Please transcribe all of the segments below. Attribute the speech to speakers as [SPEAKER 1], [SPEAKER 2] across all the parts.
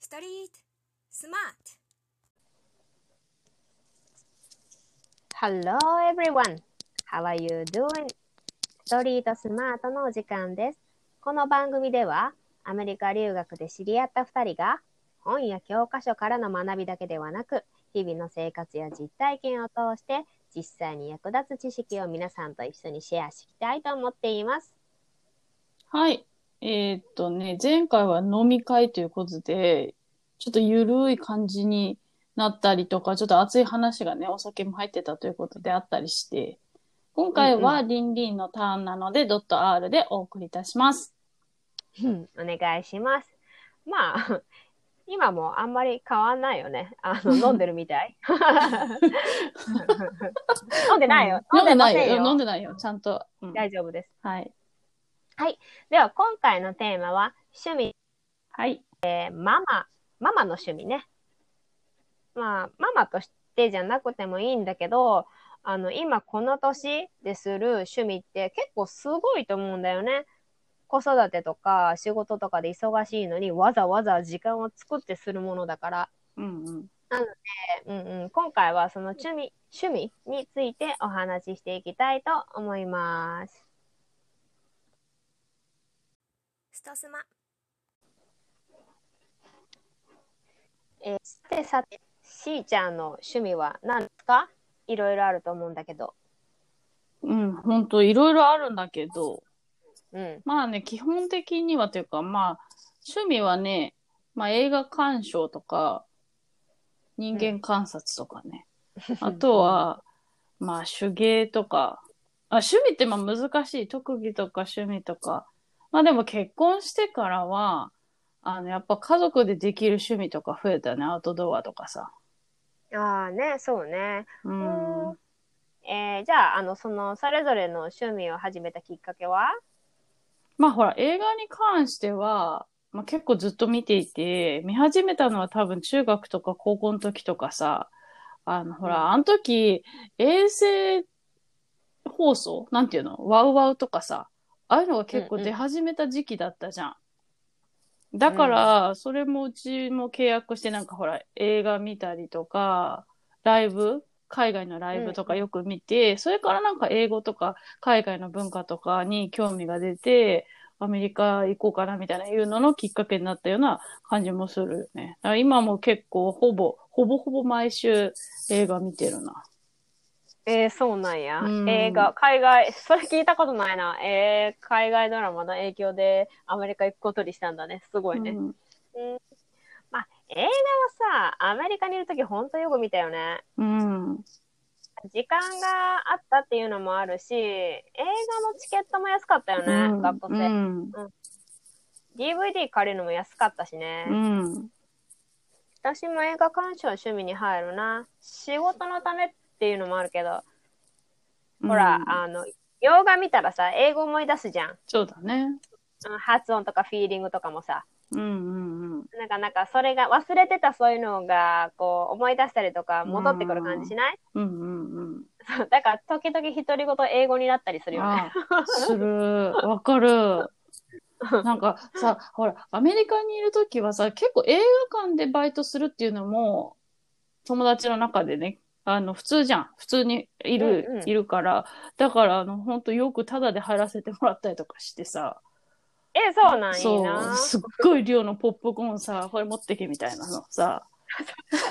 [SPEAKER 1] ストリートスマート
[SPEAKER 2] Hello everyone! How are you doing? ストリートスマートのお時間です。この番組ではアメリカ留学で知り合った2人が本や教科書からの学びだけではなく日々の生活や実体験を通して実際に役立つ知識を皆さんと一緒にシェアしたいと思っています。
[SPEAKER 3] はい。えーっとね、前回は飲み会ということで、ちょっとゆるい感じになったりとか、ちょっと熱い話がね、お酒も入ってたということであったりして、今回はリンリンのターンなので、ドット R でお送りいたします。
[SPEAKER 2] お願いします。まあ、 今もあんまり変わんないよね。あ の、飲んでるみたい。 飲んでないよ。
[SPEAKER 3] 飲んでない
[SPEAKER 2] ませ
[SPEAKER 3] よ。飲んでないよ。ちゃんと。うん
[SPEAKER 2] 大丈夫です。
[SPEAKER 3] はい。
[SPEAKER 2] では、今回のテーマは、趣味、
[SPEAKER 3] はい。
[SPEAKER 2] えーママ、ママの趣味ね。まあ、ママとしてじゃなくてもいいんだけど、あの、今この年でする趣味って結構すごいと思うんだよね。子育てとか仕事とかで忙しいのにわざわざ時間を作ってするものだから、
[SPEAKER 3] うんうん。
[SPEAKER 2] うんうん、今回はその趣味趣味についてお話ししていきたいと思います。
[SPEAKER 1] ストスマ
[SPEAKER 2] えーさてさて、しーちゃんの趣味は何ですかいろいろあると思うんだけど。
[SPEAKER 3] うん、ほんといろいろあるんだけど、
[SPEAKER 2] うん。
[SPEAKER 3] まあね、基本的にはというか、まあ、趣味はね、まあ映画鑑賞とか、人間観察とかね。あとは、まあ手芸とか、あ趣味ってまあ難しい。特技とか趣味とか。まあでも結婚してからは、あの、やっぱ家族でできる趣味とか増えたね。アウトドアとかさ。
[SPEAKER 2] ああね、そうね。
[SPEAKER 3] うん。
[SPEAKER 2] えーじゃあ、あの、その、それぞれの趣味を始めたきっかけは
[SPEAKER 3] まあほら、映画に関しては、まあ結構ずっと見ていて、見始めたのは多分中学とか高校の時とかさ、あのほら、あの時、衛星放送なんていうのワウワウとかさ、ああいうのが結構出始めた時期だったじゃん。だから、それもうちも契約してなんかほら、映画見たりとか、ライブ海外のライブとかよく見て、それからなんか英語とか海外の文化とかに興味が出て、アメリカ行こうかなみたいないうののきっかけになったような感じもするよね。だから今も結構ほぼ、ほぼほぼ毎週映画見てるな。
[SPEAKER 2] えー、そうなんや
[SPEAKER 3] うん
[SPEAKER 2] 映画、海外、それ聞いたことないな。えー、海外ドラマの影響でアメリカ行くことにしたんだね。すごいね。
[SPEAKER 3] うん
[SPEAKER 2] 映画はさ、アメリカにいるときほんとよく見たよね。
[SPEAKER 3] うん。
[SPEAKER 2] 時間があったっていうのもあるし、映画のチケットも安かったよね、
[SPEAKER 3] うん
[SPEAKER 2] 学校
[SPEAKER 3] う
[SPEAKER 2] 生。
[SPEAKER 3] ん。
[SPEAKER 2] DVD 借りるのも安かったしね。
[SPEAKER 3] うん。
[SPEAKER 2] 私も映画鑑賞趣味に入るな。仕事のためっていうのもあるけど、ほら、
[SPEAKER 3] うん
[SPEAKER 2] あの、洋画見たらさ、英語思い出すじゃん。
[SPEAKER 3] そうだね。
[SPEAKER 2] うん発音とかフィーリングとかもさ。
[SPEAKER 3] うんうんうん。
[SPEAKER 2] なんか、なんか、それが、忘れてたそういうのが、こう、思い出したりとか、戻ってくる感じしない、
[SPEAKER 3] うんうんうん。
[SPEAKER 2] そうだから、時々独り言英語になったりするよね。
[SPEAKER 3] ああする。わかる。なんかさ、ほら、アメリカにいるときはさ、結構映画館でバイトするっていうのも、友達の中でね、あの、普通じゃん。普通にいる、
[SPEAKER 2] うんうん
[SPEAKER 3] いるから。だから、あの、ほんとよくタダで入らせてもらったりとかしてさ。
[SPEAKER 2] え、そうなんいい
[SPEAKER 3] そ
[SPEAKER 2] な
[SPEAKER 3] う。。すっごい量のポップコーンさ、これ持ってけみたいなのさ。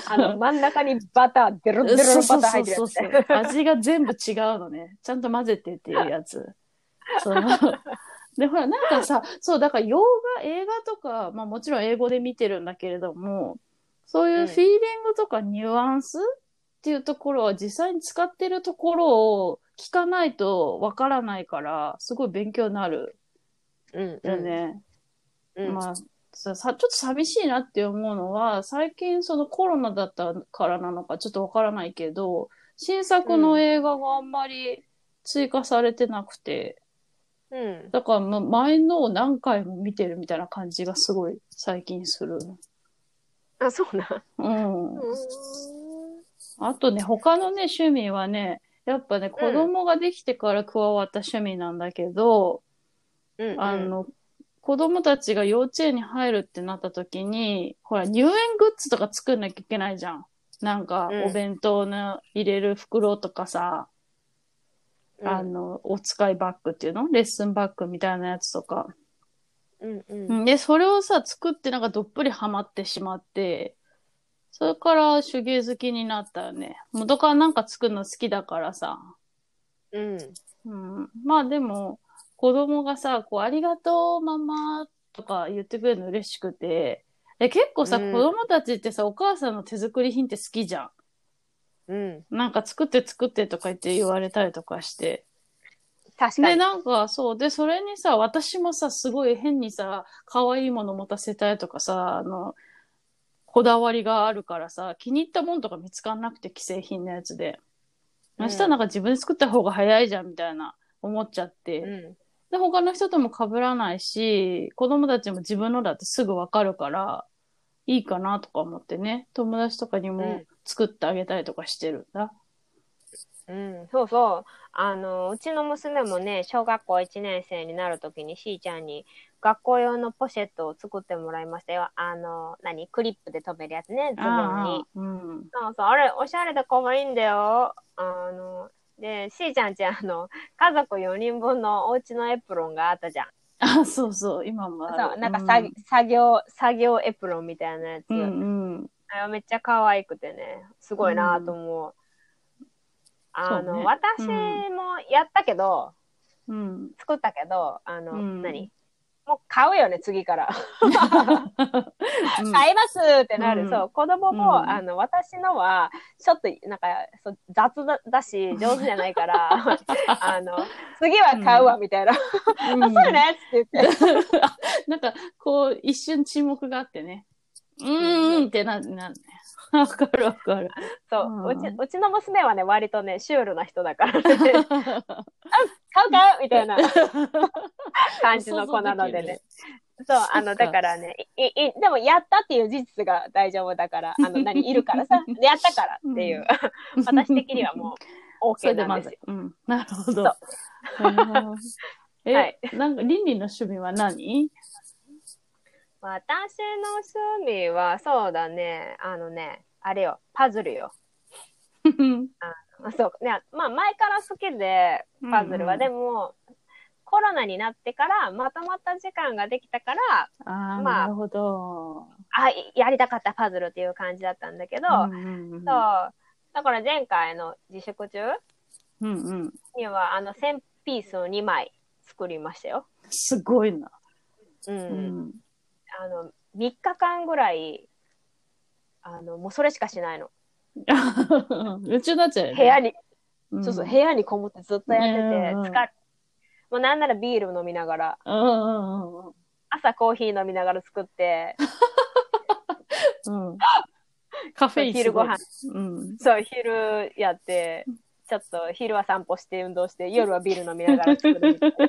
[SPEAKER 2] あの、真ん中にバター、デロデロのバター入ってるやつ
[SPEAKER 3] そうそうそうそう味が全部違うのね。ちゃんと混ぜてっていうやつ。そう。で、ほら、なんかさ、そう、だから洋画、映画とか、まあもちろん英語で見てるんだけれども、そういうフィーリングとかニュアンスっていうところは実際に使ってるところを聞かないとわからないから、すごい勉強になる
[SPEAKER 2] うん
[SPEAKER 3] よ
[SPEAKER 2] うん
[SPEAKER 3] ね。
[SPEAKER 2] うん
[SPEAKER 3] まあささ、ちょっと寂しいなって思うのは、最近そのコロナだったからなのかちょっとわからないけど、新作の映画があんまり追加されてなくて、
[SPEAKER 2] うん
[SPEAKER 3] だからま前のを何回も見てるみたいな感じがすごい最近する。
[SPEAKER 2] あ、そうなん。
[SPEAKER 3] うん。あとね、他のね、趣味はね、やっぱね、子供ができてから加わった趣味なんだけ
[SPEAKER 2] うん
[SPEAKER 3] ど、
[SPEAKER 2] うん
[SPEAKER 3] あの、子供たちが幼稚園に入るってなった時に、ほら、入園グッズとか作んなきゃいけないじゃん。なんか
[SPEAKER 2] うん、
[SPEAKER 3] お弁当の入れる袋とかさ、
[SPEAKER 2] うん
[SPEAKER 3] あの、お使いバッグっていうのレッスンバッグみたいなやつとか。
[SPEAKER 2] うんうん
[SPEAKER 3] うんで、それをさ、作ってなんかどっぷりハマってしまって、それから手芸好きになったよね。元からなんか作るの好きだからさ。
[SPEAKER 2] うん
[SPEAKER 3] うん、まあでも、子供がさ、こう、ありがとう、ママとか言ってくれるの嬉しくて、え、結構さ、
[SPEAKER 2] うん
[SPEAKER 3] 子供たちってさ、お母さんの手作り品って好きじゃ
[SPEAKER 2] うん
[SPEAKER 3] ん。なんか作って作ってとか言って言われたりとかして。
[SPEAKER 2] 確か
[SPEAKER 3] で、
[SPEAKER 2] に。
[SPEAKER 3] なんかそう、で、それにさ、私もさ、すごい変にさ、可愛いもの持たせたいとかさ、あの、こだわりがあるからさ、気に入ったものとか見つかんなくて、既製品のやつで。
[SPEAKER 2] うん
[SPEAKER 3] 明日なんか自分で作った方が早いじゃん、みたいな、思っちゃって。
[SPEAKER 2] うん
[SPEAKER 3] で、他の人とも被らないし、子供たちも自分のだってすぐわかるから、いいかなとか思ってね、友達とかに
[SPEAKER 2] う
[SPEAKER 3] も
[SPEAKER 2] ん
[SPEAKER 3] 作ってあげたりとかしてるんだ。
[SPEAKER 2] うん、そうそう。あの、うちの娘もね、小学校1年生になるときに、しーちゃんに学校用のポシェットを作ってもらいましたよ。あの、何クリップで留めるやつね、ズボンに
[SPEAKER 3] あ。あ、うん。
[SPEAKER 2] そうそう、あれ、おしゃれで可愛いんだよ。あの、で、しーちゃんち、あの、家族4人分のお家のエプロンがあったじゃん。
[SPEAKER 3] あそうそう、今もある。
[SPEAKER 2] そう、なんかさ、作業、作業エプロンみたいなやつ。
[SPEAKER 3] うん、うんうん。
[SPEAKER 2] あれはめっちゃ可愛くてね、すごいなと思う。あ
[SPEAKER 3] そう
[SPEAKER 2] の、
[SPEAKER 3] ね
[SPEAKER 2] 私
[SPEAKER 3] うん
[SPEAKER 2] もやったけど、
[SPEAKER 3] うん。
[SPEAKER 2] 作ったけど、あの、
[SPEAKER 3] うん
[SPEAKER 2] 何もう買うよね、次から。
[SPEAKER 3] うん
[SPEAKER 2] 買いますってなる。
[SPEAKER 3] うん
[SPEAKER 2] そう、子供も、
[SPEAKER 3] うん
[SPEAKER 2] あの、私のは、ちょっと、なんか、そう雑だだ し、上手じゃないから、 あの、次は買うわ、みたいな。
[SPEAKER 3] うん
[SPEAKER 2] あそうねって言って。
[SPEAKER 3] なんか、こう、一瞬沈黙があってね。うーんってな、なるね。わかるわかる。
[SPEAKER 2] そうう、
[SPEAKER 3] ん
[SPEAKER 2] うち、うちの娘はね、割とね、シュールな人だから、ね、 買う買うみ たいな感じの子なのでね。そう、あ
[SPEAKER 3] そっ
[SPEAKER 2] の、
[SPEAKER 3] か
[SPEAKER 2] だからね、い、い、いでも、やったっていう事実が大丈夫だから、あの、 何、いるからさ、やったからっていう、私的にはも う、
[SPEAKER 3] それ
[SPEAKER 2] OK
[SPEAKER 3] で
[SPEAKER 2] な
[SPEAKER 3] ま
[SPEAKER 2] んです
[SPEAKER 3] ず
[SPEAKER 2] よ。。
[SPEAKER 3] うん。なるほ
[SPEAKER 2] そ
[SPEAKER 3] ど。
[SPEAKER 2] う
[SPEAKER 3] え、
[SPEAKER 2] はい
[SPEAKER 3] なんか、倫理の趣味は 何
[SPEAKER 2] 私の趣味は、そうだね、あのね、あれよ、パズルよ。あそう、ね、まあ、前から好きで、パズルは、
[SPEAKER 3] うんうん
[SPEAKER 2] でも、コロナになってから、まとまった時間ができたから、
[SPEAKER 3] ああ、
[SPEAKER 2] まあ
[SPEAKER 3] なるほど。
[SPEAKER 2] あ、いやりたかったパズルっていう感じだったんだけど、
[SPEAKER 3] んう
[SPEAKER 2] そう。
[SPEAKER 3] ん
[SPEAKER 2] だから前回の自粛中
[SPEAKER 3] うんうん。
[SPEAKER 2] には、あの、1000ピースを2枚作りましたよ。
[SPEAKER 3] すごいな。
[SPEAKER 2] うん。
[SPEAKER 3] うん。
[SPEAKER 2] あの、3日間ぐらい、あの、もうそれしかしないの。
[SPEAKER 3] うちになっちゃうよね。
[SPEAKER 2] 部屋に、
[SPEAKER 3] うん
[SPEAKER 2] そうそう、部屋にこもってずっとやってて、
[SPEAKER 3] うんうんうん
[SPEAKER 2] 疲れ、もうなんならビール飲みながら、
[SPEAKER 3] うんうんうん
[SPEAKER 2] 朝コーヒー飲みながら作 って、
[SPEAKER 3] うん。うん。カフェインすごい
[SPEAKER 2] 昼ご飯。
[SPEAKER 3] うん。
[SPEAKER 2] そう、昼やって、ちょっと昼は散歩して運動して、夜はビール飲みながら作るみたいな。 ずっ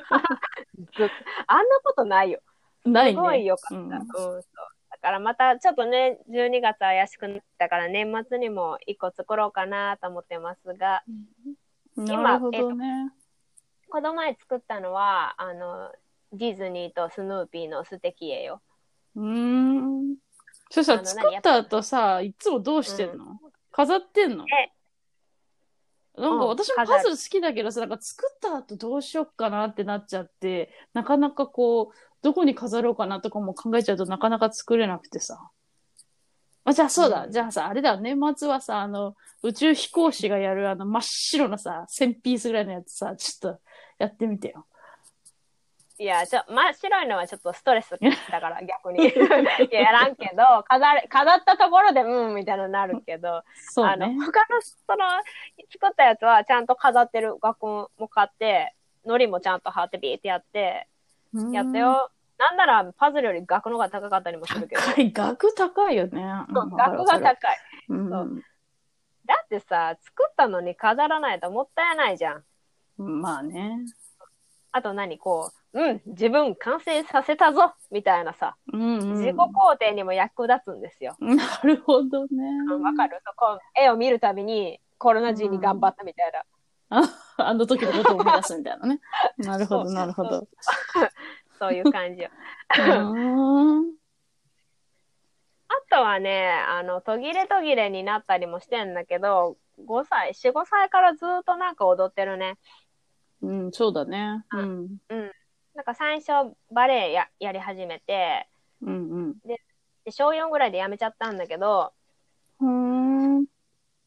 [SPEAKER 2] とあんなことないよ。
[SPEAKER 3] ないね。
[SPEAKER 2] すごい良かった。
[SPEAKER 3] う
[SPEAKER 2] うんん、そうだからまたちょっとね、12月怪しくなったから年末にも1個作ろうかなと思ってますが、
[SPEAKER 3] なるほどね。
[SPEAKER 2] この前作ったのは、あの、ディズニーとスヌーピーの素敵絵よ。
[SPEAKER 3] うーん。そした
[SPEAKER 2] あ
[SPEAKER 3] ら
[SPEAKER 2] の
[SPEAKER 3] 作った後さ、いつもどうしてんの、飾ってんの
[SPEAKER 2] え
[SPEAKER 3] なんか
[SPEAKER 2] うん
[SPEAKER 3] 私も
[SPEAKER 2] 飾る
[SPEAKER 3] パズル好きだけどさ、なんか作った後どうしよっかなってなっちゃって、なかなかこう、どこに飾ろうかなとかも考えちゃうとなかなか作れなくてさ。あ、じゃあそうだ、
[SPEAKER 2] うん
[SPEAKER 3] じゃあさ、あれだ、年末はさ、あの、宇宙飛行士がやるあの真っ白なさ、1000ピースぐらいのやつさ、ちょっとやってみてよ。
[SPEAKER 2] いや、ちょ、真っ白いのはちょっとストレスだから、 逆に。いや、やらんけど、飾る、飾ったところで、うん、みたいなのなるけど、
[SPEAKER 3] そう
[SPEAKER 2] あの
[SPEAKER 3] ね。
[SPEAKER 2] 他のその作ったやつはちゃんと飾ってる学校も買って糊もちゃんと貼ってビーってやってやったよ、なんならパズルより額の方が高かったりもするけど
[SPEAKER 3] 高い、額高いよね。
[SPEAKER 2] そう額が高い
[SPEAKER 3] うん
[SPEAKER 2] そだってさ作ったのに飾らないともったいないじゃん
[SPEAKER 3] まあね。
[SPEAKER 2] あと何こううん自分完成させたぞみたいなさ
[SPEAKER 3] うん、うん。
[SPEAKER 2] 自己肯定にも役立つんですよ
[SPEAKER 3] なるほどね。
[SPEAKER 2] わ、かるそこう絵を見るたびにコロナ時に頑張ったみたいな、
[SPEAKER 3] あの時のことを思い出すみたい なね。なる
[SPEAKER 2] そ
[SPEAKER 3] ほ
[SPEAKER 2] うそ
[SPEAKER 3] ど、
[SPEAKER 2] う
[SPEAKER 3] なるほど。
[SPEAKER 2] そういう感 じよ。
[SPEAKER 3] うーん
[SPEAKER 2] あとはね、あの、途切れ途切れになったりもしてんだけど、5歳、4、5歳からずっとなんか踊ってるね。
[SPEAKER 3] うん、そうだね。うん。
[SPEAKER 2] なんか最初バレエややり始めて、
[SPEAKER 3] うん
[SPEAKER 2] で小4ぐらいでやめちゃったんだけど、
[SPEAKER 3] うん。うーん。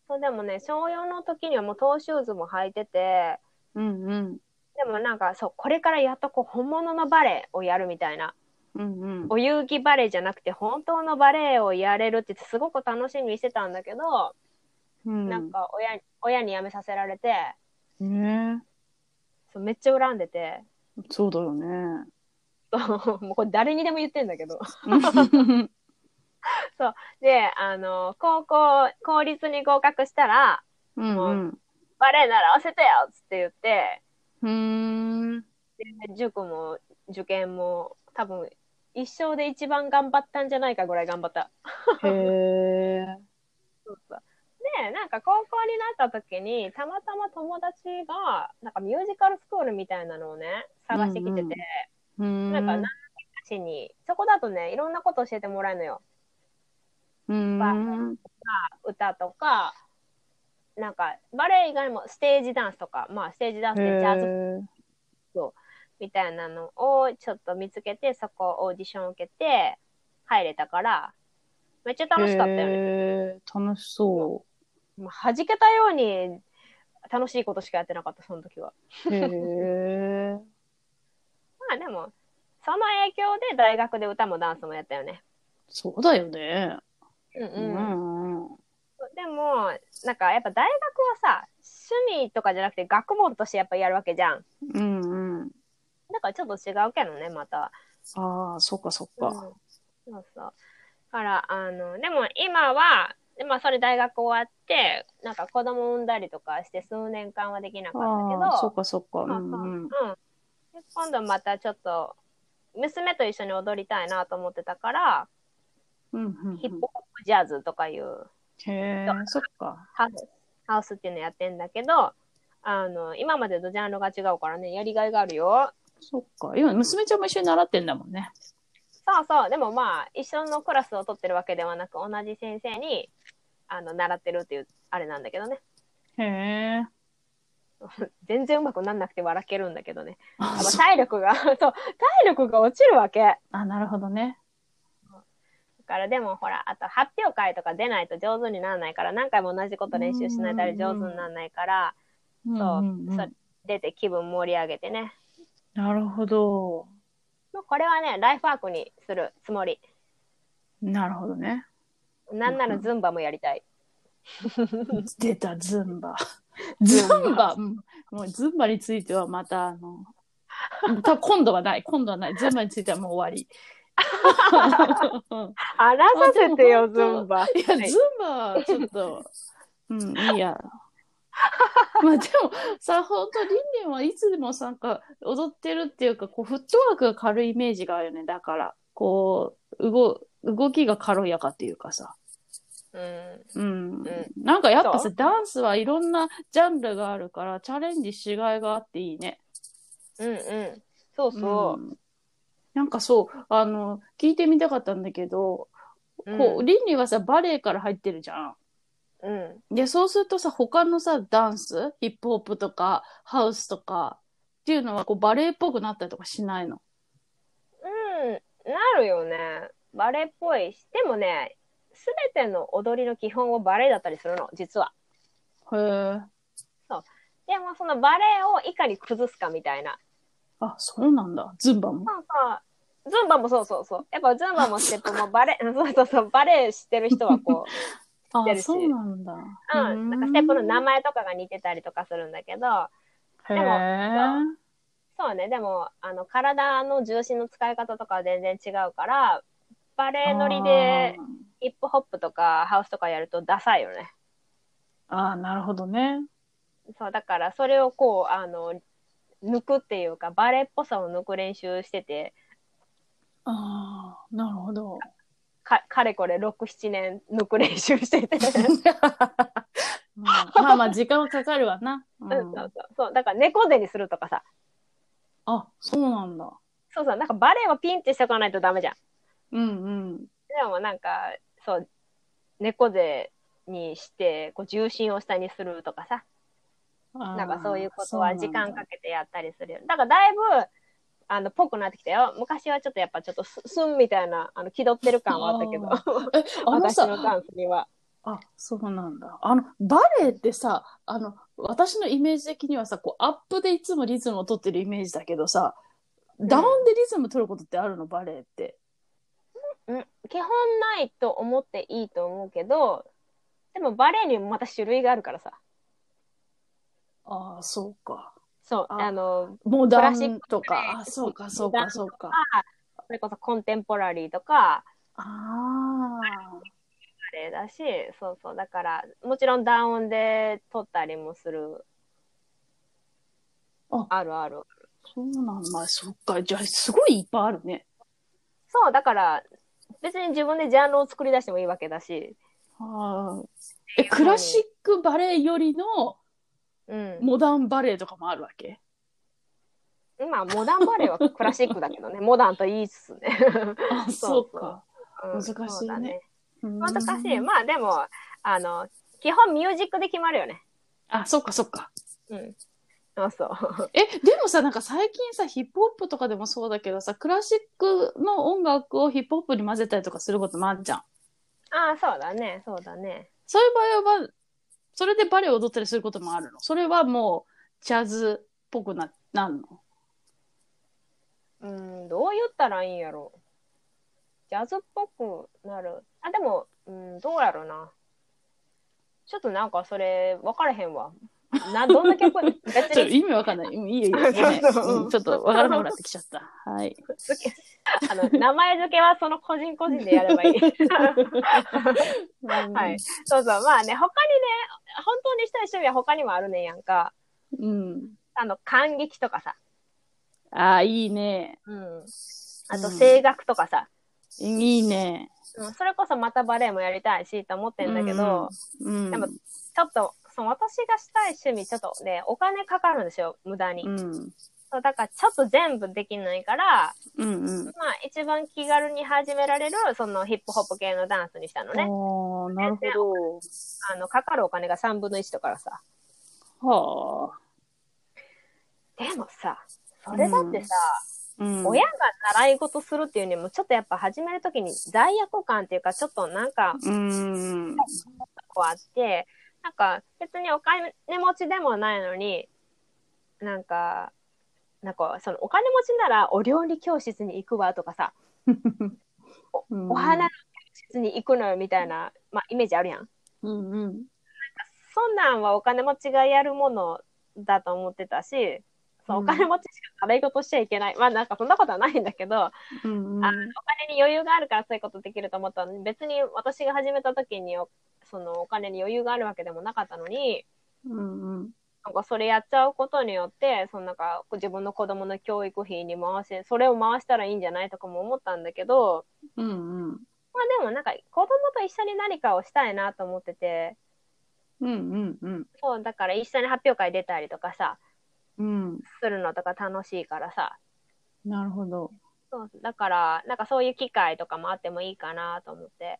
[SPEAKER 2] そうでもね、小4の時にはもうトーシューズも履いてて、
[SPEAKER 3] うんうん。
[SPEAKER 2] でもなんかそう、これからやっとこう本物のバレエをやるみたいな。
[SPEAKER 3] うんうん。
[SPEAKER 2] お遊戯バレエじゃなくて本当のバレエをやれるってすごく楽しみにしてたんだけど、
[SPEAKER 3] うん
[SPEAKER 2] なんか親に親に辞めさせられて
[SPEAKER 3] ね
[SPEAKER 2] そうめっちゃ恨んでて
[SPEAKER 3] えそうだ よね。
[SPEAKER 2] そうもうこれ誰にでも言ってんだけど
[SPEAKER 3] うん
[SPEAKER 2] であの高校公立に合格したら
[SPEAKER 3] うん。う
[SPEAKER 2] バレエ習わせてよっつって言って
[SPEAKER 3] ーん。
[SPEAKER 2] で塾も受験も多分一生で一番頑張ったんじゃないかぐらい頑張った
[SPEAKER 3] へえ。
[SPEAKER 2] そうそうでなんか高校になった時にたまたま友達がなんかミュージカルスクールみたいなのをね探してきてて、
[SPEAKER 3] うんうーん。
[SPEAKER 2] なんか何かしにそこだとねいろんなこと教えてもらえるのよ
[SPEAKER 3] うーん。
[SPEAKER 2] 歌とかなんかバレエ以外もステージダンスとかまあステージダンス
[SPEAKER 3] へ
[SPEAKER 2] でジャズ
[SPEAKER 3] え。
[SPEAKER 2] みたいなのをちょっと見つけてそこオーディション受けて入れたからめっちゃ楽しかったよね、
[SPEAKER 3] ね。楽しそう。
[SPEAKER 2] もう弾けたように楽しいことしかやってなかったその時は
[SPEAKER 3] へえ。
[SPEAKER 2] まあでも、その影響で大学で歌もダンスもやったよね。
[SPEAKER 3] そうだよね。
[SPEAKER 2] うん
[SPEAKER 3] う。ん。
[SPEAKER 2] でも、なんかやっぱ大学はさ、趣味とかじゃなくて学問としてやっぱやるわけじゃん。
[SPEAKER 3] うんうん。
[SPEAKER 2] だからちょっと違うけどね、また。
[SPEAKER 3] ああ、そっかそっ
[SPEAKER 2] うん、
[SPEAKER 3] か。
[SPEAKER 2] そうそう。だから、あの、でも今は、でまあそれ大学終わって、なんか子供産んだりとかして数年間はできなかったけど、
[SPEAKER 3] ああ、そっかそっか。う
[SPEAKER 2] そうそうん
[SPEAKER 3] うん。
[SPEAKER 2] うん。で今度またちょっと、娘と一緒に踊りたいなと思ってたから、
[SPEAKER 3] うんうんうん
[SPEAKER 2] ヒップホップジャズとかいう
[SPEAKER 3] へえ、そっか。
[SPEAKER 2] ハウスハウスっていうのやってんだけど、あの、今までとジャンルが違うからね、やりがいがあるよ。
[SPEAKER 3] そっか。今、娘ちゃんも一緒に習ってんだもんね。
[SPEAKER 2] そうそう、でもまあ、一緒のクラスを取ってるわけではなく、同じ先生に、あの、習ってるっていう、あれなんだけどね。
[SPEAKER 3] へえ。
[SPEAKER 2] 全然うまくなんなくて笑けるんだけど ね。
[SPEAKER 3] あ
[SPEAKER 2] やっぱ
[SPEAKER 3] そ
[SPEAKER 2] 体力が、 そう、体力が落ちるわけ。だ
[SPEAKER 3] あ、なるほどね。
[SPEAKER 2] からでもほら、あと発表会とか出ないと上手にならないから、何回も同じこと練習しないとあれ上手にならないから、
[SPEAKER 3] うん
[SPEAKER 2] そう
[SPEAKER 3] うんうん
[SPEAKER 2] そ出て気分盛り上げてね。
[SPEAKER 3] なるほど。
[SPEAKER 2] もうこれはね、ライフワークにするつもり。
[SPEAKER 3] なるほどね。
[SPEAKER 2] なんならズンバもやりたい。
[SPEAKER 3] 出た、ズンバ。ズンバ。うんもうズンバについてはまた、あの、た今度はない、今度はない。ズンバについてはもう終 わ
[SPEAKER 2] あら
[SPEAKER 3] させてよズン
[SPEAKER 2] バ。
[SPEAKER 3] り。いや、
[SPEAKER 2] はい
[SPEAKER 3] ズンバはちょっと、うん、いいや。まあでもさ、本当リンリンはいつでもさなんか踊ってるっていうか、こう、フットワークが軽いイメージがあるよね。だから、こう、動、動きが軽やかっていうかさ。
[SPEAKER 2] うん。
[SPEAKER 3] うん
[SPEAKER 2] ん
[SPEAKER 3] なんかやっぱ
[SPEAKER 2] そ
[SPEAKER 3] さ、ダンスはいろんなジャンルがあるから、チャレンジしがいがあっていいね。。
[SPEAKER 2] うんうん。そうそう
[SPEAKER 3] ん、なんかそう、あの、聞いてみたかったんだけど、
[SPEAKER 2] う。
[SPEAKER 3] こう、リンリンはさ、バレエから入ってるじゃ
[SPEAKER 2] うん。うん。
[SPEAKER 3] ん。で、そうするとさ、他のさ、ダンス、ヒップホップとか、ハウスとか、っていうのは、こう、バレエっぽくなったりとかしないの。
[SPEAKER 2] うん。なるよね。バレエっぽいし。でもね、すべての踊りの基本をバレエだったりするの、実は。
[SPEAKER 3] へえ。
[SPEAKER 2] でもそのバレエをいかに崩すかみたいな。
[SPEAKER 3] あ、そうなんだ。ズンバも。
[SPEAKER 2] そうそう。ズンバもそうそうそう。やっぱズンバもステップもバレエ、そうそうそう、バレエしてる人はこ
[SPEAKER 3] あ
[SPEAKER 2] てる、し
[SPEAKER 3] そうなんだ。
[SPEAKER 2] う、うん。なんかステップの名前とかが似てたりとかするんだけど、
[SPEAKER 3] へえ。
[SPEAKER 2] そうね、でも、あの、体の重心の使い方とかは全然違うから、バレエ乗りで
[SPEAKER 3] あー
[SPEAKER 2] ヒップホップとかハウスとかやるとダサいよね。
[SPEAKER 3] ああ、なるほどね。
[SPEAKER 2] そう、だからそれをこう、あの、抜くっていうか、バレエっぽさを抜く練習してて、
[SPEAKER 3] ああ、なるほど。
[SPEAKER 2] か、かれこれ6、7年抜く練習してて。
[SPEAKER 3] うんまあまあ、時間はかかるわな。う
[SPEAKER 2] うん、
[SPEAKER 3] ん
[SPEAKER 2] そうそうそう。だから猫背にするとかさ。
[SPEAKER 3] あ、そうなんだ。
[SPEAKER 2] そうそう。なんかバレエはピンってしておかないとダメじゃん。
[SPEAKER 3] うんうん。
[SPEAKER 2] でもなんか、そう、猫背にして、こう重心を下にするとかさ。
[SPEAKER 3] な
[SPEAKER 2] なんかそういうことは時間かけてやったりするよ。だからだいぶ、あの、ぽくなってきたよ。昔はちょっとやっぱちょっとす、すんみたいな、あの、気取ってる感はあったけど、
[SPEAKER 3] けえ、あ の
[SPEAKER 2] 私の
[SPEAKER 3] さ、
[SPEAKER 2] ダンスには。
[SPEAKER 3] あ、そうなんだ。あの、バレエってさ、あの、私のイメージ的にはさ、こう、アップでいつもリズムを取ってるイメージだけどさ、ダウンでリズム取ることってあるの、バレエって。
[SPEAKER 2] うん、基本ないと思っていいと思うけど、でもバレエにもまた種類があるからさ。
[SPEAKER 3] ああ、そうか。
[SPEAKER 2] そう、
[SPEAKER 3] あ
[SPEAKER 2] あの、
[SPEAKER 3] モダ
[SPEAKER 2] クラシッ
[SPEAKER 3] ン
[SPEAKER 2] ク
[SPEAKER 3] と
[SPEAKER 2] バレエ
[SPEAKER 3] か、あ、そうか、そう
[SPEAKER 2] モダ
[SPEAKER 3] か、
[SPEAKER 2] ン
[SPEAKER 3] そうか。
[SPEAKER 2] それこそコンテンポラリーとか、
[SPEAKER 3] ああ。
[SPEAKER 2] あれだし、そうそう、だから、もちろんダウンで撮ったりもする。
[SPEAKER 3] あ
[SPEAKER 2] あるある。
[SPEAKER 3] そうなんだ。そっか。じゃあ、すごいいっぱいあるね。
[SPEAKER 2] そう、だから、別に自分でジャンルを作り出してもいいわけだし、
[SPEAKER 3] はい。え、クラシックバレエよりの
[SPEAKER 2] うん。
[SPEAKER 3] モダンバレエとかもあるわけ
[SPEAKER 2] まあ、モダンバレエはクラシックだけどね、 モダンと言いつつね。
[SPEAKER 3] あ、
[SPEAKER 2] そう
[SPEAKER 3] そう
[SPEAKER 2] う
[SPEAKER 3] か。
[SPEAKER 2] ん
[SPEAKER 3] 難しいね
[SPEAKER 2] そうだ
[SPEAKER 3] うん
[SPEAKER 2] 難しい。まあ、でも、あの、基本ミュージックで決まるよね。
[SPEAKER 3] あ、そっかそっか。
[SPEAKER 2] うん。そうそう。
[SPEAKER 3] え、でもさ、なんか最近さ、ヒップホップとかでもそうだけどさ、クラシックの音楽をヒップホップに混ぜたりとかすることもあるじゃん。
[SPEAKER 2] ああ、そうだね、そうだね。
[SPEAKER 3] そういう場合は、それでバレエを踊ったりすることもあるの。それはもう、ジャズっぽくな、なるの。
[SPEAKER 2] うん、どう言ったらいいんやろう。ジャズっぽくなる。あ、でも、うん、どうやろうな。ちょっとなんかそれ、分からへんわ。な、どんな 曲、別
[SPEAKER 3] ちょっと
[SPEAKER 2] に
[SPEAKER 3] 意味わかんない。うんいいよいいよ。ごめん
[SPEAKER 2] そうそう
[SPEAKER 3] うんちょっとわからなくなってきちゃった。はい。
[SPEAKER 2] あの、名前付けはその個人個人でやればいい。 は。。
[SPEAKER 3] はい
[SPEAKER 2] そうそう。まあね、他にね、本当にしたい趣味は他にもあるねんやんか。
[SPEAKER 3] うん。
[SPEAKER 2] あの、感激とかさ。
[SPEAKER 3] ああ、いいね。
[SPEAKER 2] うん。あと、
[SPEAKER 3] うん
[SPEAKER 2] 声楽とかさ。
[SPEAKER 3] いいね。
[SPEAKER 2] うん。それこそまたバレエもやりたいし、と思ってんだけど、
[SPEAKER 3] うん。
[SPEAKER 2] でもちょっと、その私がしたい趣味、ちょっとね、お金かかるんですよ、無駄に。
[SPEAKER 3] うん。
[SPEAKER 2] そう、だからちょっと全部できないから、
[SPEAKER 3] うんうん。
[SPEAKER 2] まあ、一番気軽に始められる、そのヒップホップ系のダンスにしたのね。
[SPEAKER 3] おーなるほ
[SPEAKER 2] あの、かかるお金が3分の1とからさ。
[SPEAKER 3] ど。は
[SPEAKER 2] でもさ、それだってさ、
[SPEAKER 3] あ。うん。
[SPEAKER 2] 親が習い事するっていうにも、ちょっとやっぱ始めるときに罪悪感っていうか、ちょっとなんか、
[SPEAKER 3] うん。
[SPEAKER 2] こうあって、なんか別にお金持ちでもないのに、なんか、なんかそのお金持ちならお料理教室に行くわとかさ、
[SPEAKER 3] うん
[SPEAKER 2] お花の教室に行くのよみたいな、まあイメージあるやん。
[SPEAKER 3] うんうん。
[SPEAKER 2] そんなんはお金持ちがやるものだと思ってたし、そう
[SPEAKER 3] う
[SPEAKER 2] お
[SPEAKER 3] ん
[SPEAKER 2] 金持ちしか習い事しちゃいけない。まあなんかそんなことはないんだけど、
[SPEAKER 3] うんうん
[SPEAKER 2] あのお金に余裕があるからそういうことできると思ったのに別に私が始めた時におそのお金に余裕があるわけでもなかったのに
[SPEAKER 3] うんうん。
[SPEAKER 2] なんかそれやっちゃうことによってそのなんか自分の子供の教育費に回してそれを回したらいいんじゃないとかも思ったんだけど、
[SPEAKER 3] うんうん。
[SPEAKER 2] まあ、でもなんか子供と一緒に何かをしたいなと思ってて
[SPEAKER 3] うんうんうん。
[SPEAKER 2] そうだから一緒に発表会出たりとかさ
[SPEAKER 3] うん。
[SPEAKER 2] するのとか楽しいからさ
[SPEAKER 3] なるほど。
[SPEAKER 2] そうだからなんかそういう機会とかもあってもいいかなと思って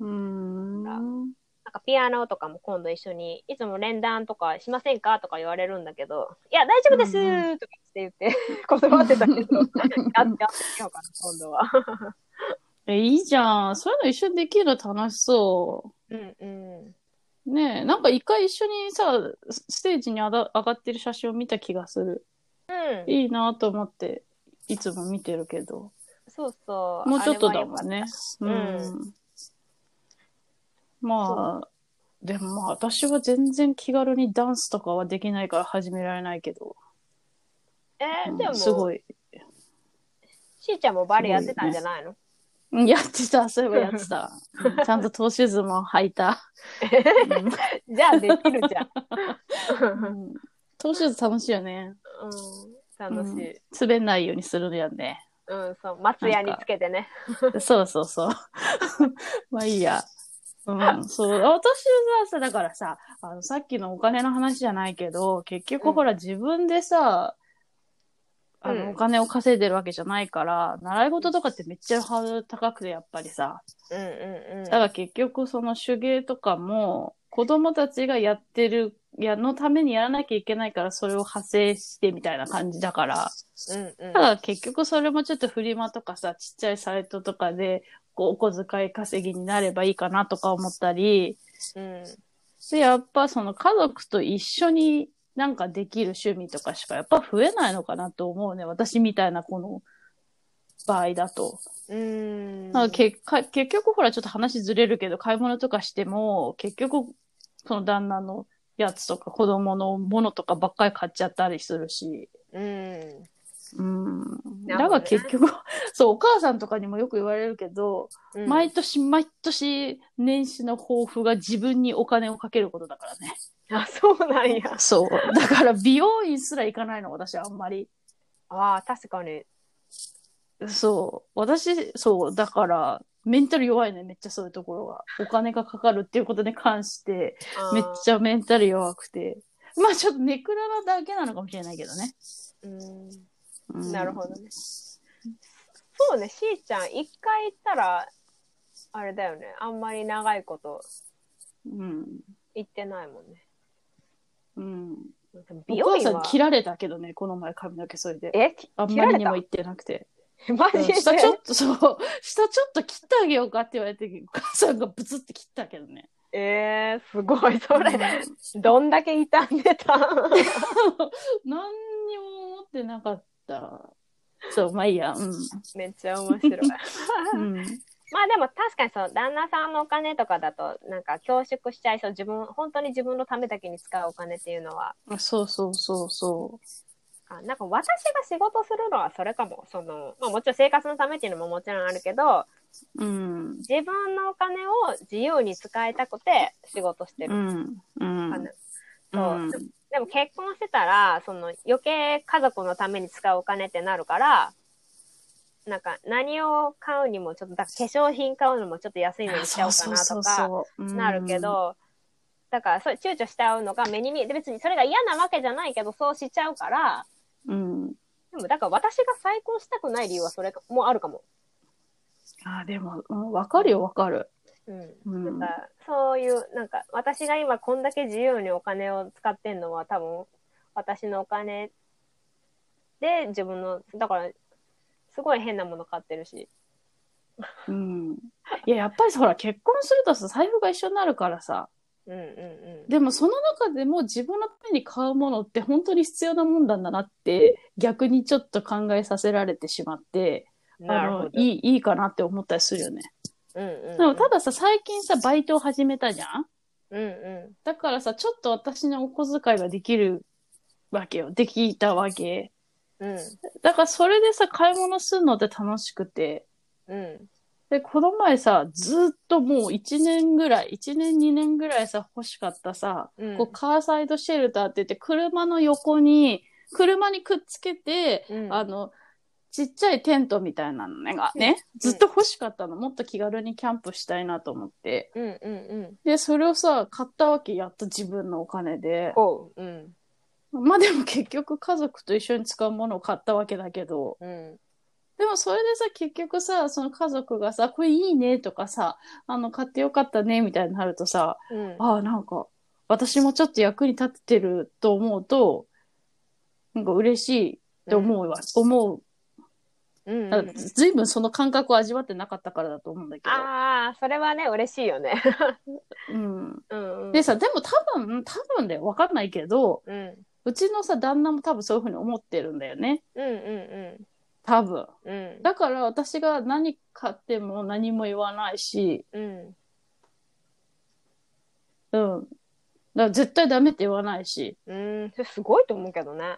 [SPEAKER 3] うん。
[SPEAKER 2] なんかピアノとかも今度一緒に、いつも連弾とかしませんかとか言われるんだけど、いや、大丈夫です
[SPEAKER 3] うん
[SPEAKER 2] とかって言って、 断ってたけど、やってやってみようかな、今度は。
[SPEAKER 3] え、いいじゃん。そういうの一緒にできるの楽しそう。
[SPEAKER 2] うんうん。
[SPEAKER 3] ねえ、なんか一回一緒にさ、スステージにあだ上がってる写真を見た気がする。
[SPEAKER 2] うん、
[SPEAKER 3] いいなと思って、いつも見てるけど。
[SPEAKER 2] そうそう。
[SPEAKER 3] もうちょっとだもんね。う
[SPEAKER 2] れは良かった
[SPEAKER 3] ん。まあ、でもまあ私は全然気軽にダンスとかはできないから始められないけど。
[SPEAKER 2] あれは良かった。えー、で
[SPEAKER 3] う
[SPEAKER 2] も、
[SPEAKER 3] んすごい。
[SPEAKER 2] しーちゃんもバレエやってたんじゃないの、
[SPEAKER 3] うんやってた、そういえばやって た。うんちゃんとトーシューズも履いた。
[SPEAKER 2] じゃあできるじゃん。
[SPEAKER 3] うんうんトーシューズ楽しいよね。
[SPEAKER 2] うん、楽しい。
[SPEAKER 3] 滑んないようにするのよね。
[SPEAKER 2] うん、そう、松屋につけてね。
[SPEAKER 3] そうそうそう。まあいいや。うん、 そう。私はさ、だからさ、あの、さっきのお金の話じゃないけど、結
[SPEAKER 2] う
[SPEAKER 3] 局
[SPEAKER 2] ん
[SPEAKER 3] ほら、自分でさ、あ
[SPEAKER 2] うん
[SPEAKER 3] の、お金を稼いでるわけじゃないから、習い事とかってめっちゃハードル高くて、やっぱりさ。
[SPEAKER 2] うんうんうん。
[SPEAKER 3] だから結局、その手芸とかも、子供たちがやってる、や、のためにやらなきゃいけないから、それを派生してみたいな感じだから。
[SPEAKER 2] うんうん
[SPEAKER 3] ただ結局それもちょっとフリマとかさ、ちっちゃいサイトとかで、こう、お小遣い稼ぎになればいいかなとか思ったり、
[SPEAKER 2] うん
[SPEAKER 3] で、やっぱその家族と一緒になんかできる趣味とかしかやっぱ増えないのかなと思うね。私みたいなこの場合だと。
[SPEAKER 2] うん。
[SPEAKER 3] だから結果結局ほらちょっと話ずれるけど、買い物とかしても、結局その旦那のやつとか子供のものとかばっかり買っちゃったりするし。
[SPEAKER 2] うん。
[SPEAKER 3] う
[SPEAKER 2] な
[SPEAKER 3] ん。だ
[SPEAKER 2] るほどね
[SPEAKER 3] から結局、 そう、お母さんとかにもよく言われるけど、
[SPEAKER 2] うん
[SPEAKER 3] 毎年毎年年始の抱負が自分にお金をかけることだからね。
[SPEAKER 2] あ、そうなんや。
[SPEAKER 3] そう。だから美容院すら行かないの、私あんまり。
[SPEAKER 2] ああ、確かに。
[SPEAKER 3] そう。私、そう。だから、メンタル弱いね、めっちゃそういうところが。お金がかかるっていうことに関して、めっち
[SPEAKER 2] ゃ。
[SPEAKER 3] ゃメンタル弱くて。まあちょっとネクラなだけなのかもしれないけどね。
[SPEAKER 2] うん。
[SPEAKER 3] うん
[SPEAKER 2] なるほどね。そうね、しーちゃん、一回行ったら、あれだよね、あんまり長いこと
[SPEAKER 3] うん。
[SPEAKER 2] 行ってないもんね。
[SPEAKER 3] うん。
[SPEAKER 2] でも
[SPEAKER 3] お
[SPEAKER 2] 美容
[SPEAKER 3] 母
[SPEAKER 2] 院
[SPEAKER 3] さん
[SPEAKER 2] は。
[SPEAKER 3] 切られたけどね、この前髪の毛それで。
[SPEAKER 2] え、き
[SPEAKER 3] あん
[SPEAKER 2] 切
[SPEAKER 3] ま
[SPEAKER 2] ら
[SPEAKER 3] り
[SPEAKER 2] れ
[SPEAKER 3] に
[SPEAKER 2] た
[SPEAKER 3] も行ってなく て。
[SPEAKER 2] マ
[SPEAKER 3] うん
[SPEAKER 2] ジで
[SPEAKER 3] 下ちょっと、そう、下ちょっと切ってあげようかって言われて、お母さんがブツって切ったけどね。
[SPEAKER 2] えー、すごい、それ、
[SPEAKER 3] うん
[SPEAKER 2] どんだけ傷んでた
[SPEAKER 3] 何にも思ってなかった。そう、まあいいや。うん。
[SPEAKER 2] めっちゃ面白い。
[SPEAKER 3] うん、
[SPEAKER 2] まあでも確かにその旦那さんのお金とかだとなんか恐縮しちゃいそう自分本当に自分のためだけに使うお金っていうのは
[SPEAKER 3] そうそうそうそ
[SPEAKER 2] あなんか私が仕事するのはそれかもその、まあ、もちろん生活のためっていうのももちろんあるけど
[SPEAKER 3] う。うん。
[SPEAKER 2] 自分のお金を自由に使いたくて仕事して
[SPEAKER 3] う
[SPEAKER 2] る
[SPEAKER 3] ん。うん。
[SPEAKER 2] かな、
[SPEAKER 3] うん
[SPEAKER 2] そうでも結婚してたらその余計家族のために使うお金ってなるからなんか何を買うにもちょっとだから化粧品買うのもちょっと安いのにしちゃおうかなとか。
[SPEAKER 3] ううん
[SPEAKER 2] なるけど、だからそれ躊躇しちゃうのが目に見えて別にそれが嫌なわけじゃないけどそうしちゃうから
[SPEAKER 3] うん。
[SPEAKER 2] でもだから私が再婚したくない理由はそれもあるかも、
[SPEAKER 3] あ、でも、うんわかるよ、わかる。
[SPEAKER 2] うん
[SPEAKER 3] うん
[SPEAKER 2] だからそういうなんか私が今こんだけ自由にお金を使ってんのは多分私のお金で自分のだからすごい変なもの買ってるし
[SPEAKER 3] うん。いや、やっぱりさ、ほら、結婚するとさ、財布が一緒になるからさ。
[SPEAKER 2] うんうんうん
[SPEAKER 3] でも、その中でも自分のために買うものって本当に必要なもんなんだなって、逆にちょっと考えさせられてしまって、
[SPEAKER 2] な
[SPEAKER 3] あ
[SPEAKER 2] るほ
[SPEAKER 3] の
[SPEAKER 2] ど
[SPEAKER 3] いい、いいかなって思ったりするよね。
[SPEAKER 2] うんうんうん
[SPEAKER 3] でもたださ、最近さ、バイトを始めたじゃん
[SPEAKER 2] うんう
[SPEAKER 3] だからさ、ちょっと私のお小遣いができるわけよ。できたわけ。
[SPEAKER 2] んうん
[SPEAKER 3] だからそれでさ、買い物するのって楽しくて。
[SPEAKER 2] うん
[SPEAKER 3] で、この前さ、ずっともう1年ぐらい、1年2年ぐらいさ、欲しかったさ、
[SPEAKER 2] うん
[SPEAKER 3] こう、カーサイドシェルターって言って、車の横に、車にくっつけて、
[SPEAKER 2] うん
[SPEAKER 3] あの、ちっちゃいテントみたいなのねがね、ずっと欲しかったの。もっと気軽にキャンプしたいなと思って。
[SPEAKER 2] うんうんうん
[SPEAKER 3] で、それをさ、買ったわけ、やっと自分のお金で。
[SPEAKER 2] こううん
[SPEAKER 3] まあでも結局家族と一緒に使うものを買ったわけだけど、
[SPEAKER 2] うん
[SPEAKER 3] でもそれでさ、結局さ、その家族がさ、これいいねとかさ、あの、買ってよかったねみたいになるとさ、
[SPEAKER 2] うん
[SPEAKER 3] ああ、なんか、私もちょっと役に立ててると思うと、なんか嬉しいって思うわ、思う。
[SPEAKER 2] うんうんう
[SPEAKER 3] なん
[SPEAKER 2] ん
[SPEAKER 3] かずいぶんその感覚を味わってなかったからだと思うんだけ
[SPEAKER 2] ああ、それはね、嬉しいよね。
[SPEAKER 3] ど。うん。
[SPEAKER 2] うんうん。
[SPEAKER 3] でさ、でも多分、多分だよ、わかんないけど、
[SPEAKER 2] うん。
[SPEAKER 3] うちのさ、旦那も多分そういうふうに思ってるんだよね。
[SPEAKER 2] うんう
[SPEAKER 3] 多分。
[SPEAKER 2] んうん。
[SPEAKER 3] だから私が何買っても何も言わないし、
[SPEAKER 2] うん。うん。
[SPEAKER 3] うん。だから絶対ダメって言わないし、
[SPEAKER 2] うん。それすごいと思うけどね。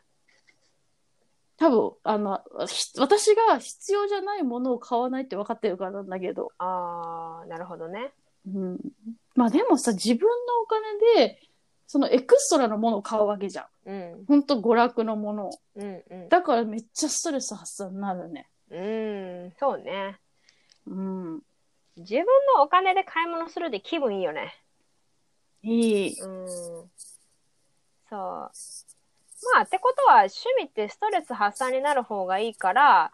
[SPEAKER 3] 多分、あの、ひ私が必要じゃないものを買わないって分かってるからなんだけど。
[SPEAKER 2] ああ、なるほどね。
[SPEAKER 3] うん。まあでもさ、自分のお金で、そのエクストラのものを買うわけじゃん。
[SPEAKER 2] うん。
[SPEAKER 3] ほんと娯楽のものを。
[SPEAKER 2] うんうん。
[SPEAKER 3] だからめっちゃストレス発散になるね。
[SPEAKER 2] うん。そうね。
[SPEAKER 3] うん。
[SPEAKER 2] 自分のお金で買い物するって気分いいよね。
[SPEAKER 3] いい。
[SPEAKER 2] うん。そう。まあ、ってことは、趣味ってストレス発散になる方がいいから、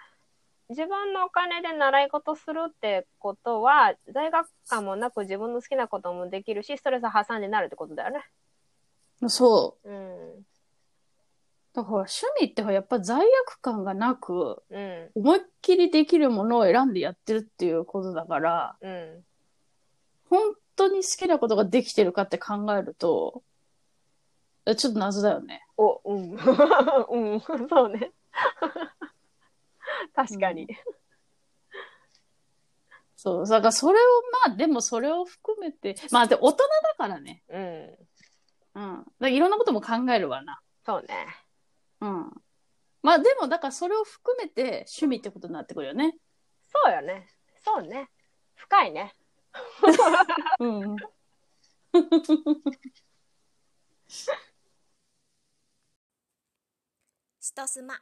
[SPEAKER 2] 自分のお金で習い事するってことは、罪悪感もなく自分の好きなこともできるし、ストレス発散になるってことだよね。
[SPEAKER 3] そう。
[SPEAKER 2] うん。
[SPEAKER 3] だから趣味ってやっぱ罪悪感がなく、
[SPEAKER 2] うん。
[SPEAKER 3] 思いっきりできるものを選んでやってるっていうことだから、
[SPEAKER 2] うん。
[SPEAKER 3] 本当に好きなことができてるかって考えると、えちょっと謎だよね。
[SPEAKER 2] お、うん。 うん。そうね。確かに。
[SPEAKER 3] そう。だからそれを、まあでもそれを含めて、まあで大人だからね。
[SPEAKER 2] うん。
[SPEAKER 3] うん。だからいろんなことも考えるわな。
[SPEAKER 2] そうね。
[SPEAKER 3] うん。まあでも、だからそれを含めて趣味ってことになってくるよね。
[SPEAKER 2] そうよね。そうね。深いね。
[SPEAKER 3] うん。
[SPEAKER 1] ストスマ。は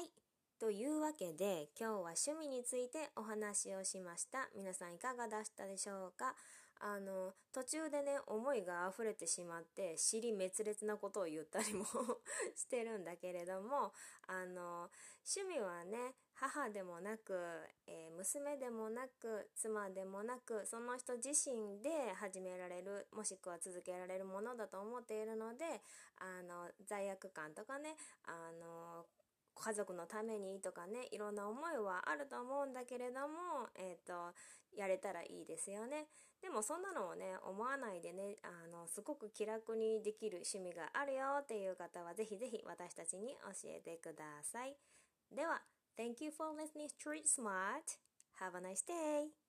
[SPEAKER 1] い。というわけで、今日は趣味についてお話をしました。皆さんいかがでしたでしょうかあの、途中でね、思いが溢れてしまって、尻滅裂なことを言ったりも してるんだけれども、あの、趣味はね、母でもなく、えー娘でもなく、妻でもなく、その人自身で始められる、もしくは続けられるものだと思っているので、あの罪悪感とかねあの家族のためにとかねいろんな思いはあると思うんだけれども、えー、とやれたらいいですよねでもそんなのをね思わないでねあのすごく気楽にできる趣味があるよっていう方はぜひぜひ私たちに教えてくださいでは Thank you for listening Street Smart Have a nice day!